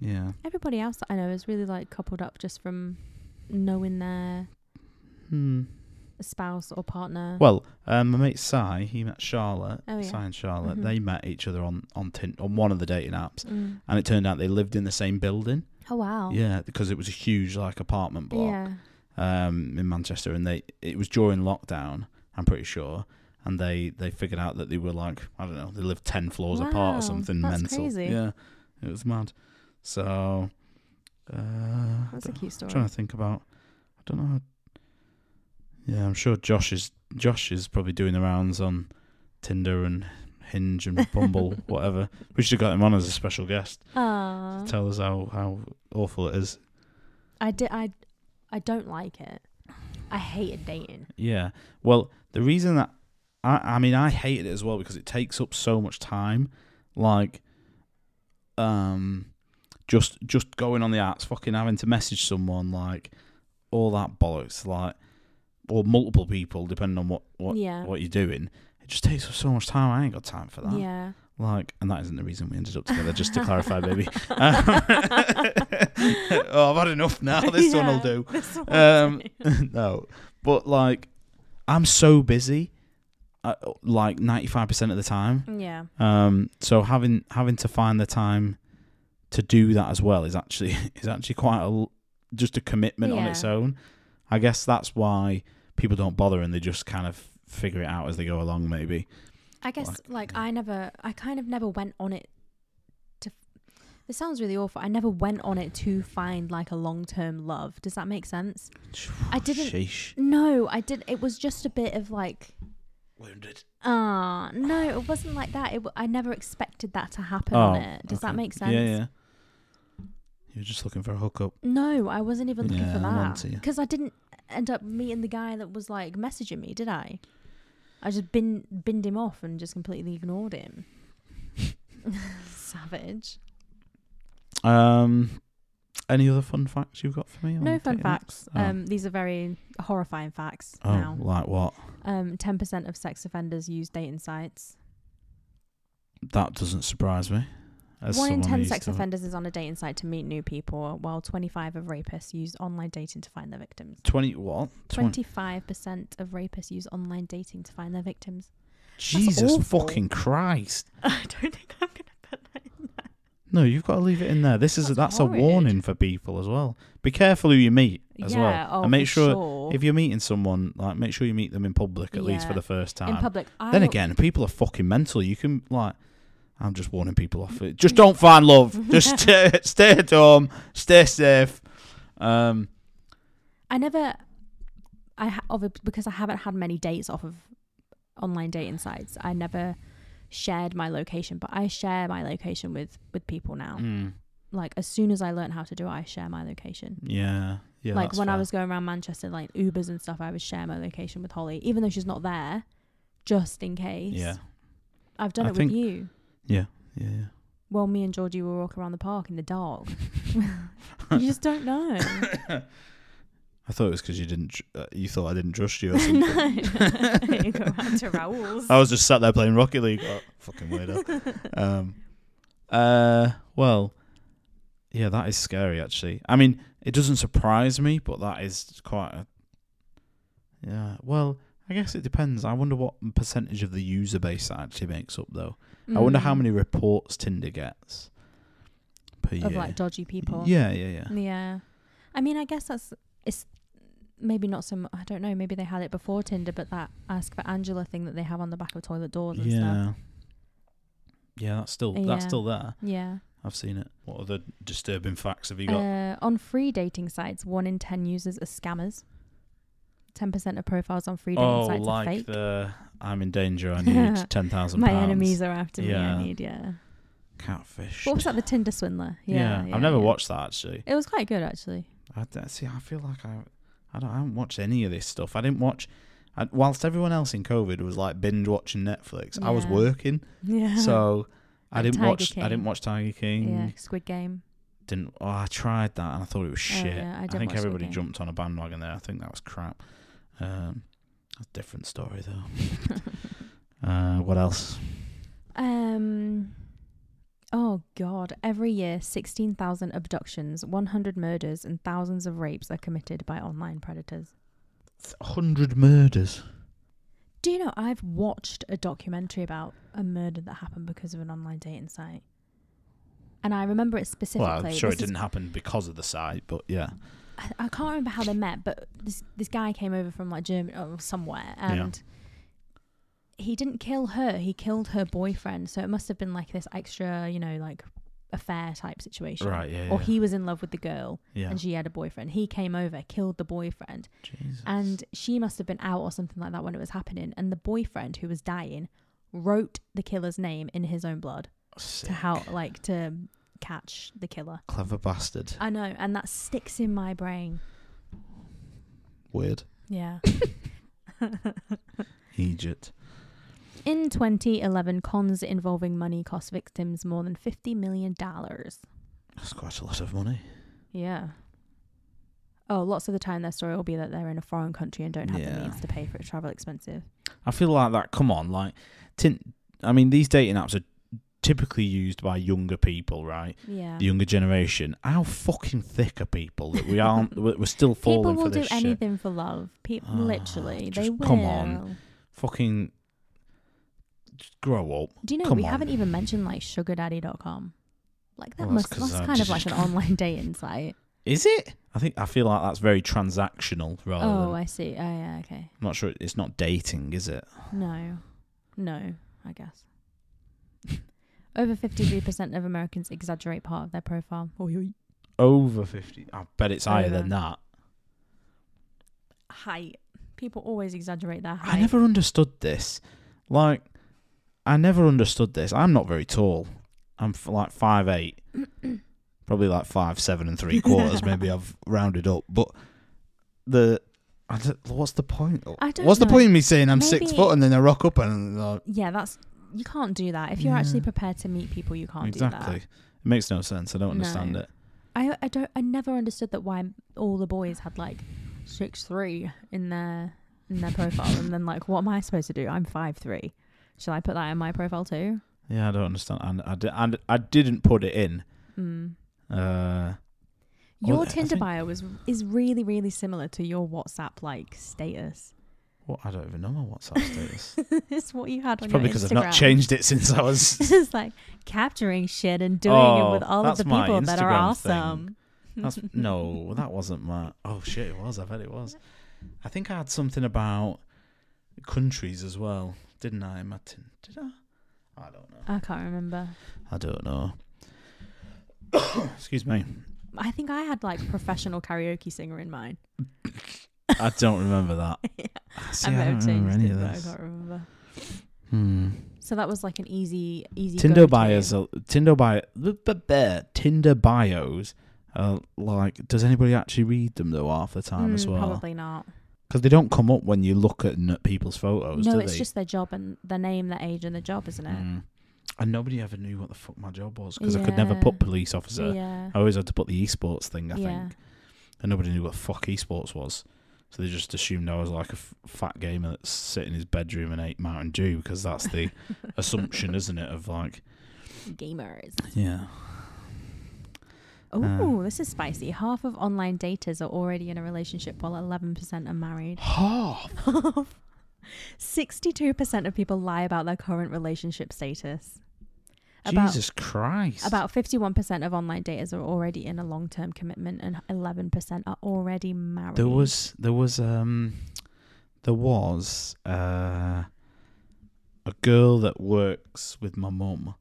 S2: Yeah.
S1: Everybody else that I know is really like coupled up just from knowing their
S2: Hmm.
S1: spouse or partner.
S2: Well, um, my mate Si, he met Charlotte.
S1: Oh, yeah.
S2: Si and Charlotte,
S1: Mhm.
S2: they met each other on on tin on one of the dating apps,
S1: Mm.
S2: and it turned out they lived in the same building.
S1: Oh wow.
S2: Yeah, because it was a huge like apartment block
S1: Yeah.
S2: um, in Manchester, and they it was during lockdown. I'm pretty sure, and they they figured out that they were like I don't know they lived ten floors apart
S1: Wow,
S2: or something
S1: that's
S2: mental.
S1: crazy.
S2: Yeah, it was mad. So uh, I'm
S1: That's a cute story.
S2: trying to think about. I don't know. How, yeah, I'm sure Josh is Josh is probably doing the rounds on Tinder and Hinge and Bumble, whatever. We should have got him on as a special guest
S1: Aw.
S2: to tell us how how awful it is.
S1: I did. I I don't like it. I hated dating.
S2: Yeah. Well, the reason that I, I mean I hated it as well because it takes up so much time. Like, um, just just going on the apps, fucking having to message someone, like all that bollocks, like or multiple people depending on what what
S1: yeah.
S2: what you're doing. It just takes up so much time. I ain't got time for that.
S1: Yeah.
S2: Like, and that isn't the reason we ended up together. Just to clarify, baby. Um, oh, I've had enough now. This one will
S1: Yeah,
S2: do.
S1: This one
S2: Um,
S1: will do.
S2: no, but like, I'm so busy, uh, like 95% of the time.
S1: yeah.
S2: Um, so having having to find the time to do that as well is actually is actually quite a l just a commitment on
S1: Yeah.
S2: its own. I guess that's why people don't bother and they just kind of figure it out as they go along. Maybe
S1: I guess like I never. I kind of never went on it. to This sounds really awful. I never went on it to find like a long term love. Does that make sense? I didn't-
S2: Sheesh.
S1: No, I did. It was just a bit of like,
S2: Wounded.
S1: ah, no, it wasn't like that. It, w- I never expected that to happen
S2: Oh,
S1: on it. Does that
S2: okay.
S1: make sense?
S2: Yeah, yeah. You're just looking for a hookup.
S1: No, I wasn't even looking
S2: Yeah,
S1: for
S2: I'm
S1: that
S2: onto you.
S1: because I didn't end up meeting the guy that was like messaging me, did I? I just bin binned him off and just completely ignored him. Savage.
S2: Um, any other fun facts you've got for me? on
S1: No fun
S2: dating apps?
S1: facts.
S2: Oh.
S1: Um, these are very horrifying facts
S2: Oh,
S1: now.
S2: like what?
S1: Um, 10% of sex offenders use dating sites.
S2: That doesn't surprise me. As
S1: One in
S2: someone who
S1: 10
S2: used
S1: sex
S2: to-
S1: offenders is on a dating site to meet new people, while 25 of rapists use online dating to find their victims.
S2: Twenty what?
S1: 25% of rapists use online dating to find their victims.
S2: Jesus
S1: awful.
S2: fucking Christ!
S1: I don't think I'm going to put that in there.
S2: No, you've got to leave it in there. This is that's,
S1: That's
S2: a
S1: horrid.
S2: warning for people as well. Be careful who you meet as
S1: yeah,
S2: well,
S1: oh,
S2: and make
S1: for
S2: sure,
S1: sure.
S2: if you're meeting someone, like make sure you meet them in public at least for
S1: Yeah.
S2: the first time.
S1: in public. I
S2: then
S1: will-
S2: again, people are fucking mental. You can like, I'm just warning people off. It. Just don't find love. Just stay, stay at home. Stay safe. Um,
S1: I never, I ha- obvi- because I haven't had many dates off of online dating sites. I never shared my location, but I share my location with with people now.
S2: mm,
S1: Like as soon as I learn how to do it, I share my location.
S2: yeah, yeah.
S1: like
S2: that's
S1: when I
S2: fair.
S1: was going around Manchester, like Ubers and stuff, I would share my location with Holly, even though she's not there, just in case.
S2: Yeah,
S1: I've done
S2: I
S1: it
S2: think-
S1: with you.
S2: yeah, yeah.
S1: Well, me and Georgie will walk around the park in the dark. you just don't know.
S2: I thought it was because you didn't. tr- Uh, you thought I didn't trust you. Or something.
S1: no, you go round to Raoul's.
S2: I was just sat there playing Rocket League. Oh, fucking weirdo. um, uh, well, yeah, that is scary. Actually, I mean, it doesn't surprise me, but that is quite. a... Yeah. Well, I guess it depends. I wonder what percentage of the user base that actually makes up, though. I wonder how
S1: Mm.
S2: many reports Tinder gets per year.
S1: of like dodgy people.
S2: Yeah, yeah, yeah.
S1: Yeah. I mean, I guess that's it's maybe not some. I don't know. Maybe they had it before Tinder, but that ask for Angela thing that they have on the back of toilet doors and stuff.
S2: Yeah. Yeah, that's still that's
S1: Yeah.
S2: still there.
S1: Yeah.
S2: I've seen it. What other disturbing facts have you got?
S1: Uh, on free dating sites, one in ten users are scammers. Ten percent of profiles on free dating
S2: oh,
S1: sites
S2: like
S1: are fake.
S2: the I'm in danger. I need ten thousand.
S1: My enemies are after me.
S2: Yeah.
S1: I need yeah.
S2: catfish.
S1: What was that? The Tinder swindler.
S2: Yeah,
S1: Yeah. yeah
S2: I've never
S1: yeah.
S2: watched that actually.
S1: It was quite good actually.
S2: I, d- see, I feel like I, I don't, I haven't watched any of this stuff. I didn't watch. I, whilst everyone else in COVID was like binge watching Netflix, I was
S1: Yeah.
S2: working,
S1: Yeah.
S2: so mm. I
S1: Like
S2: didn't
S1: Tiger
S2: watch. I
S1: King.
S2: didn't watch Tiger King.
S1: yeah, Squid Game.
S2: Didn't. Oh, I tried that and I thought it was shit.
S1: Oh, yeah, I
S2: I,
S1: didn't
S2: think
S1: watch Squid
S2: everybody
S1: Game.
S2: jumped on a bandwagon there. I think that was crap. Um, a different story though. uh, what else?
S1: Um. Oh God! Every year, sixteen thousand abductions, one hundred murders, and thousands of rapes are committed by online predators.
S2: Hundred murders.
S1: Do you know I've watched a documentary about a murder that happened because of an online dating site, and I remember it specifically.
S2: Well, I'm sure
S1: This
S2: it
S1: is-
S2: didn't happen because of the site, but yeah.
S1: I, I can't remember how they met, but this this guy came over from like Germany or somewhere, and oh, he didn't kill her, he killed her boyfriend. So it must have been like this extra, you know, like affair type situation.
S2: Right, yeah.
S1: Or
S2: yeah.
S1: he was in love with the girl
S2: yeah.
S1: and she had a boyfriend. He came over, killed the boyfriend,
S2: Jesus.
S1: and she must have been out or something like that when it was happening. And the boyfriend who was dying wrote the killer's name in his own blood
S2: Oh, Sick.
S1: to help, like, to catch the killer.
S2: Clever bastard.
S1: I know, and that sticks in my brain.
S2: Weird.
S1: Yeah.
S2: Egypt.
S1: In 2011, cons involving money cost victims more than $50 million.
S2: That's quite a lot of money.
S1: Yeah. Oh, lots of the time their story will be that they're in a foreign country and don't have
S2: Yeah.
S1: the means to pay for it, travel expensive.
S2: I feel like that. Come on, like, tin I mean, these dating apps are typically used by younger people, right?
S1: Yeah.
S2: The younger generation. How fucking thick are people that we aren't? we're we're still falling
S1: People will
S2: for
S1: do
S2: this shit.
S1: anything for love. People,
S2: Ah,
S1: literally, they
S2: just
S1: will.
S2: come on. Fucking just grow up.
S1: Do you know
S2: Come
S1: we
S2: on.
S1: haven't even mentioned like sugardaddy.com? Like that
S2: Well, that's
S1: must
S2: 'cause
S1: that's
S2: I
S1: kind of like an
S2: just-
S1: online dating site.
S2: Is it? I think I feel like that's very transactional. Rather,
S1: Oh,
S2: than,
S1: I see. Oh yeah, okay.
S2: I'm not sure. It's not dating, is it?
S1: No, no, I guess. Over fifty-three percent of Americans exaggerate part of their profile.
S2: Over fifty. I bet it's higher than
S1: Over.
S2: that.
S1: Height. People always exaggerate their height.
S2: I never understood this. Like, I never understood this. I'm not very tall. I'm f- like five eight, probably like five seven and three quarters. maybe I've rounded up, but the I don't- what's the point?
S1: I don't
S2: what's the
S1: know.
S2: point in me saying I'm six
S1: Maybe-
S2: foot and then I rock up and like,
S1: Yeah, that's you can't do that. If you're
S2: Yeah.
S1: actually prepared to meet people, you can't do
S2: exactly?
S1: that.
S2: It makes no sense. I don't understand
S1: No.
S2: it.
S1: I I don't I never understood that why all the boys had like six three in their in their profile and then like what am I supposed to do? I'm five three. Shall I put that in my profile too?
S2: Yeah, I don't understand. And I, di- and I didn't put it in.
S1: Mm.
S2: Uh,
S1: Your
S2: Well, I
S1: Tinder
S2: think-
S1: bio is is really really similar to your WhatsApp like status.
S2: what? I don't even know my WhatsApp status.
S1: it's what you had
S2: it's
S1: on
S2: probably
S1: your
S2: because
S1: Instagram.
S2: I've not changed it since I was
S1: it's like capturing shit and doing
S2: Oh,
S1: it with all of
S2: that's
S1: the
S2: my
S1: people that are
S2: Instagram thing.
S1: awesome.
S2: That's no, that wasn't my. Oh shit, it was. I bet it was. I think I had something about countries as well, didn't I? in my tin- Did I? I don't know.
S1: I can't remember.
S2: I don't know. Excuse me.
S1: I think I had like professional karaoke singer in mind.
S2: I don't remember that. Ah, See, I,
S1: I might
S2: don't
S1: have
S2: remember
S1: changed
S2: any
S1: it,
S2: of
S1: but I
S2: this.
S1: can't remember.
S2: Hmm.
S1: So that was like an easy, easy.
S2: Tinder
S1: go-to.
S2: bios, are, Tinder bio, Tinder bios. Are like, does anybody actually read them though? Half the time as
S1: Mm,
S2: well,
S1: Probably not.
S2: because they don't come up when you look at n- people's photos.
S1: no,
S2: do
S1: it's
S2: they?
S1: just their job and their name, their age, and the job, isn't it?
S2: Mm. And nobody ever knew what the fuck my job was because I could never
S1: Yeah.
S2: put police officer.
S1: yeah.
S2: I always had to put the esports thing, I
S1: Yeah.
S2: think. And nobody knew what the fuck esports was. So they just assumed I was like a f- fat gamer that sit in his bedroom and ate Mountain Dew because that's the assumption, isn't it? Of like,
S1: Gamers.
S2: yeah. Uh.
S1: Oh, this is spicy. Half of online daters are already in a relationship, while eleven percent are married.
S2: Half.
S1: Sixty-two percent of people lie about their current relationship status. About
S2: Jesus Christ.
S1: About 51% of online daters are already in a long term commitment, and 11% are already married.
S2: There was there was um there was uh a girl that works with my mum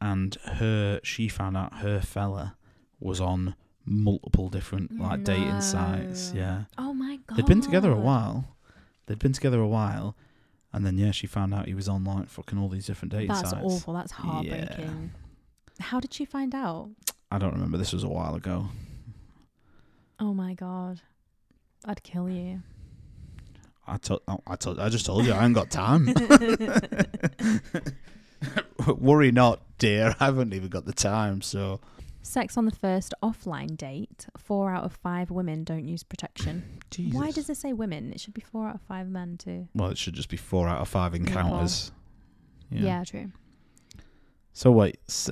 S2: and her she found out her fella was on multiple different like dating sites.
S1: No.
S2: Yeah.
S1: Oh my god.
S2: They'd been together a while. They'd been together a while and then yeah, she found out he was on like fucking all these different dating
S1: That's
S2: sites.
S1: awful. That's heartbreaking. How did she find out?
S2: I don't remember this was a while ago.
S1: Oh my god. I'd kill you.
S2: I told, I I told, I just told you, I ain't got time. Worry not, dear. I haven't even got the time. So
S1: Sex on the first offline date. Four out of five women don't use protection. Why does it say women? It should be four out of five men, too.
S2: Well, it should just be four out of five encounters.
S1: Yeah, true.
S2: So wait. s-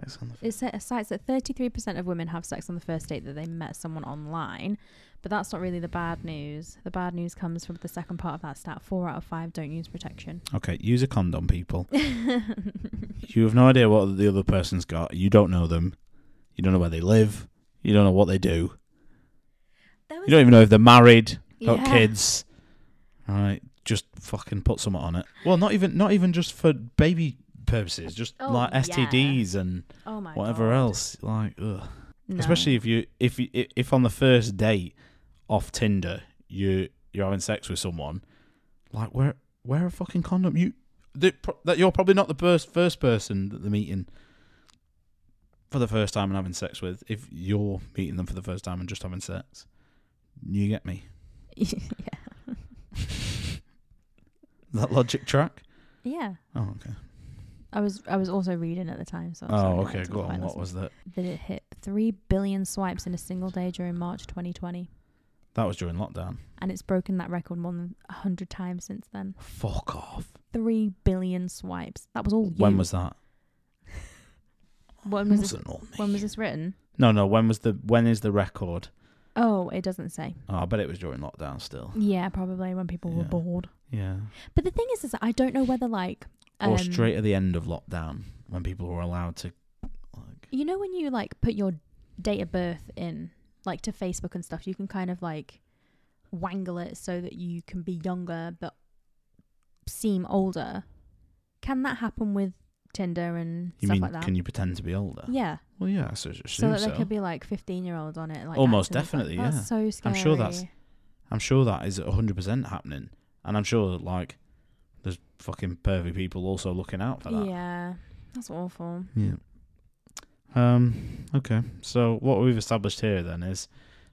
S2: Sex on the
S1: It sa- cites that 33% of women have sex on the first date that they met someone online, but that's not really the bad news. The bad news comes from the second part of that stat four out of five don't use protection.
S2: Okay, use a condom, people. you have no idea what the other person's got. You don't know them. You don't know where they live. You don't know what they do.
S1: There
S2: You don't even know if they're married, got
S1: Yeah.
S2: kids. All right. just fucking put something on it. Well, not even not even just for baby purposes, just
S1: Oh,
S2: like
S1: yeah.
S2: STDs and
S1: Oh my
S2: whatever
S1: God.
S2: else. Like, ugh.
S1: No.
S2: especially if you if you, i- if on the first date off Tinder you you're having sex with someone, like wear wear a fucking condom. You the, pro- that you're probably not the first first person that they're meeting for the first time and having sex with. If you're meeting them for the first time and just having sex, you get me.
S3: yeah.
S2: That logic track.
S3: Yeah.
S2: Oh okay.
S3: I was I was also reading at the time, so. I'm sorry,
S2: oh
S3: I
S2: okay.
S3: had to
S2: Go
S3: find
S2: on.
S3: that
S2: What was that?
S3: that it hit 3 billion swipes in a single day during March 2020.
S2: That was during lockdown.
S3: And it's broken that record more than 100 times since then.
S2: Fuck off.
S3: 3 billion swipes. That was all you.
S2: When was that?
S3: when was, this,
S2: Wasn't all me.
S3: when was this written?
S2: No, no. When was the when is the record?
S3: Oh, it doesn't say.
S2: Oh, I bet it was during lockdown still.
S3: Yeah, probably when people were
S2: Yeah.
S3: bored.
S2: Yeah.
S3: But the thing is, is that I don't know whether like um,
S2: or straight at the end of lockdown when people were allowed to like
S3: You know when you like put your date of birth in like to Facebook and stuff, you can kind of like wangle it so that you can be younger but seem older. Can that happen with Tinder and
S2: you
S3: stuff
S2: mean
S3: like that?
S2: can you pretend to be older?
S3: yeah,
S2: Well yeah, I should
S3: so
S2: assume
S3: that
S2: so.
S3: there could be like fifteen-year-olds on it. Like
S2: Almost
S3: acting as, like-
S2: definitely,
S3: That's
S2: yeah.
S3: So scary.
S2: I'm sure that's- I'm sure that is hundred percent happening. And I'm sure like there's fucking pervy people also looking out for that.
S1: Yeah, that's awful.
S2: Yeah. Um, okay. So what we've established here then is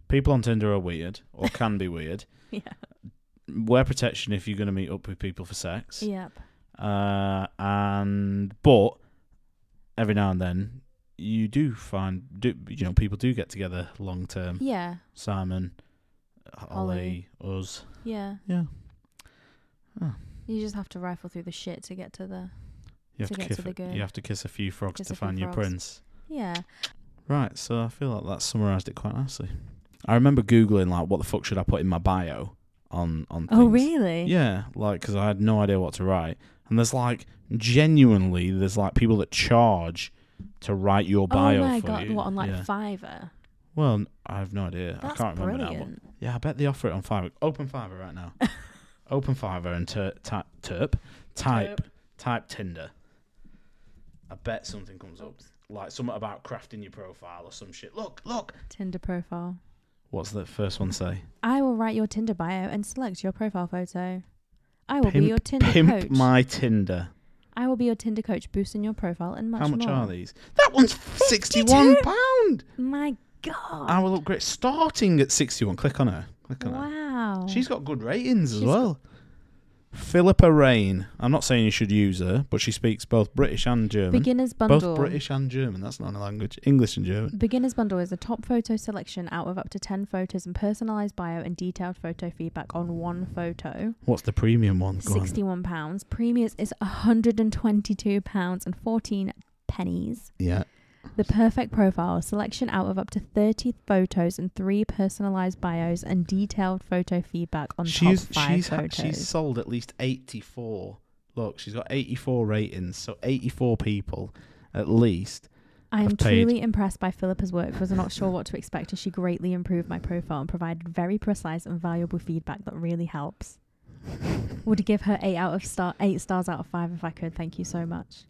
S2: people on Tinder are weird or can be weird.
S1: Yeah.
S2: Wear protection if you're gonna meet up with people for sex.
S1: Yep.
S2: Uh, and but every now and then you do find do you know people do get together long term.
S1: Yeah.
S2: Simon, Holly, us.
S1: Yeah.
S2: Yeah. Oh.
S1: You just have to rifle through the shit to get to the.
S2: You have
S1: To
S2: to,
S1: get
S2: kiss
S1: to the good.
S2: you have to kiss a few frogs
S1: Kiss
S2: to
S1: a few
S2: find your
S1: frogs.
S2: prince.
S1: Yeah.
S2: Right, so I feel like that summarised it quite nicely. I remember googling like what the fuck should I put in my bio on on.
S3: Oh
S2: things.
S3: really?
S2: Yeah, like because I had no idea what to write, and there's like genuinely there's like people that charge to write your bio
S1: oh my
S2: for
S1: god!
S2: you.
S1: What on like
S2: Yeah.
S1: Fiverr?
S2: Well, n- I have no idea.
S1: That's
S2: I can't remember now.
S1: brilliant.
S2: But yeah, I bet they offer it on Fiverr. Open Fiverr right now. Open Fiverr and ter- type terp, type type Tinder. I bet something comes up, like something about crafting your profile or some shit. Look, look.
S1: Tinder profile.
S2: What's the first one say?
S1: I will write your Tinder bio and select your profile photo. I will be your Tinder
S2: pimp
S1: coach.
S2: my Tinder.
S1: I will be your Tinder coach, boosting your profile and much
S2: How much
S1: more.
S2: are these? That one's sixty-one pound.
S1: My God!
S2: I will upgrade. Starting at sixty-one. Click on her. Click on her.
S1: Wow.
S2: She's got good ratings as
S1: Oh. She's
S2: well. Philippa Rain. I'm not saying you should use her, but she speaks both British and German.
S1: beginner's bundle.
S2: both British and German. That's not a language. English and German.
S1: Beginner's Bundle is a top photo selection out of up to 10 photos and personalised bio and detailed photo feedback on one photo.
S2: What's the premium one? Go on.
S1: £61. Premiums is £122 and 14 pennies.
S2: Yeah.
S1: The perfect profile selection out of up to 30 photos and three personalised bios and detailed photo feedback on
S2: She's
S1: top five
S2: she's ha-
S1: photos.
S2: she's sold at least 84. Look, she's got 84 ratings, so 84 people at least.
S1: I am
S2: I've paid.
S1: truly impressed by Philippa's work. Was not sure what to expect, and she greatly improved my profile and provided very precise and valuable feedback that really helps. Would give her eight out of star eight stars out of five if I could. Thank you so much.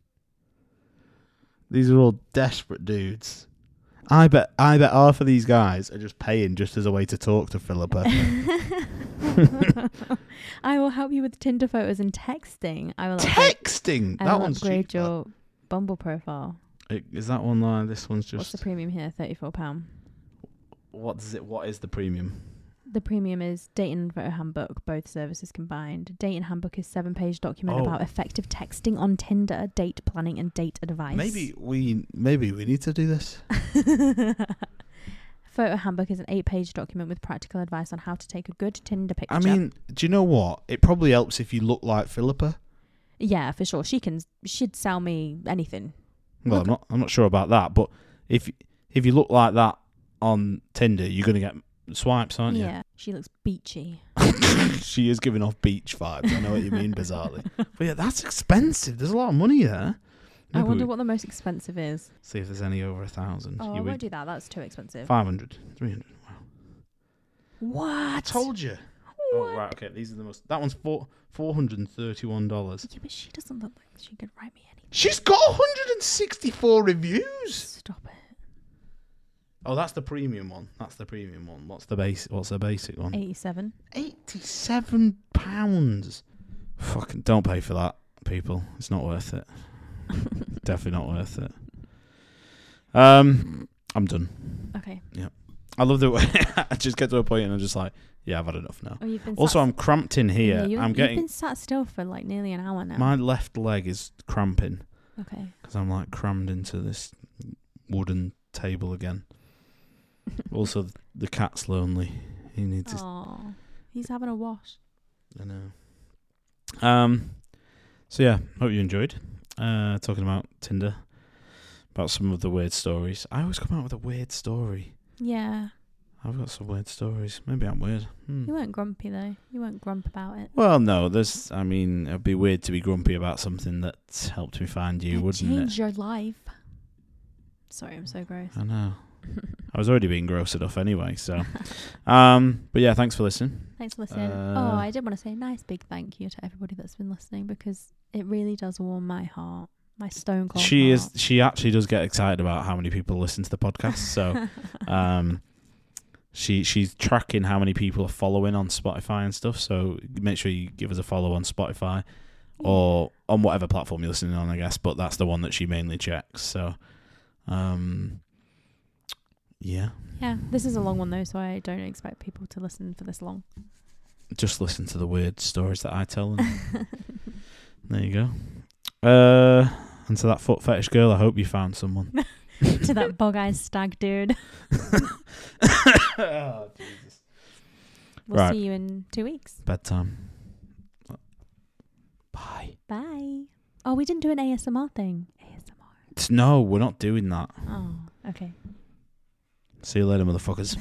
S2: These are all desperate dudes. I bet I bet half of these guys are just paying just as a way to talk to Philippa.
S1: I will help you with Tinder photos and texting. I will upgrade,
S2: Texting.
S1: I
S2: that
S1: will
S2: one's
S1: upgrade
S2: cheap, that.
S1: your Bumble profile.
S2: It- Is that one line? This one's just.
S1: What's the premium here? Thirty four pound.
S2: what does it? What is the premium?
S1: The premium is Dayton and Photo Handbook, both services combined. Dayton Handbook is seven page document
S2: Oh.
S1: about effective texting on Tinder, date planning, and date advice.
S2: Maybe we maybe we need to do this.
S1: Photo Handbook is an eight page document with practical advice on how to take a good Tinder picture.
S2: I mean, do you know what? It probably helps if you look like Philippa.
S1: yeah, for sure. She can, she'd sell me anything.
S2: Well, I'm not I'm not sure about that, but if if you look like that on Tinder, you're gonna get swipes, aren't you?
S1: Yeah. She looks beachy.
S2: she is giving off beach vibes. I know what you mean, bizarrely. but yeah, that's expensive. There's a lot of money there.
S1: I
S2: Maybe
S1: wonder
S2: we
S1: what the most expensive is.
S2: see if there's any over a thousand.
S1: Oh, I won't do that. That's too expensive.
S2: 500, 300.
S1: What?
S2: I told you. Oh right, okay. These are the most. That one's four four hundred and thirty-one dollars.
S1: Yeah, but she doesn't look like she could write me any.
S2: She's got one hundred and sixty-four reviews.
S1: Stop it.
S2: Oh, that's the premium one. That's the premium one. What's the base? What's the basic one?
S1: 87.
S2: Eighty-seven pounds. Fucking don't pay for that, people. It's not worth it. Definitely not worth it. Um, I'm done.
S1: Okay.
S2: I love the way I just get to a point and I'm just like, yeah, I've had enough now.
S1: Oh, you've been
S2: Also,
S1: sat-
S2: I'm cramped in here.
S1: you,
S2: I'm
S1: you've
S2: getting
S1: been sat still for like nearly an hour now.
S2: my left leg is cramping.
S1: okay.
S2: because I'm like crammed into this wooden table again. also, th- the cat's lonely. He needs. His,
S1: Aw. He's having a wash.
S2: I know. Um. So yeah, hope you enjoyed. Uh, talking about Tinder, about some of the weird stories. I always come out with a weird story.
S1: Yeah.
S2: I've got some weird stories. Maybe I'm weird. Hmm.
S1: You weren't grumpy though. You weren't grump about it.
S2: Well, no, there's. I mean, it'd be weird to be grumpy about something that's helped me find you,
S1: It
S2: wouldn't it?
S1: changed your life. Sorry, I'm so gross.
S2: I know. I was already being gross enough anyway, so. um, but yeah, thanks for listening.
S1: Thanks for listening.
S2: Uh,
S1: oh, I did want to say a nice big thank you to everybody that's been listening because it really does warm my heart. My stone cold.
S2: she is. She actually does get excited about how many people listen to the podcast. So, um, she she's tracking how many people are following on Spotify and stuff. So make sure you give us a follow on Spotify or on whatever platform you're listening on, I guess. But that's the one that she mainly checks. So, um, yeah,
S1: Yeah, this is a long one though, so I don't expect people to listen for this long.
S2: just listen to the weird stories that I tell them. There you go. Uh, and to that foot fetish girl, I hope you found someone.
S1: to that bog-eyed stag dude.
S2: oh, Jesus.
S1: We'll
S2: Right.
S1: see you in two weeks.
S2: Bedtime. Bye.
S1: Bye. Oh, we didn't do an ASMR thing. ASMR.
S2: It's- No, we're not doing that.
S1: Oh, okay.
S2: See you later, motherfuckers.